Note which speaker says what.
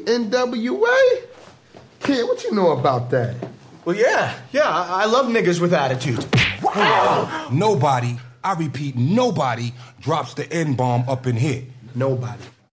Speaker 1: NWA? Kid, what you know about that?
Speaker 2: Well, yeah, yeah, I, I love niggas with attitude.
Speaker 3: Nobody, I repeat, nobody drops the N bomb up in here.
Speaker 2: Nobody.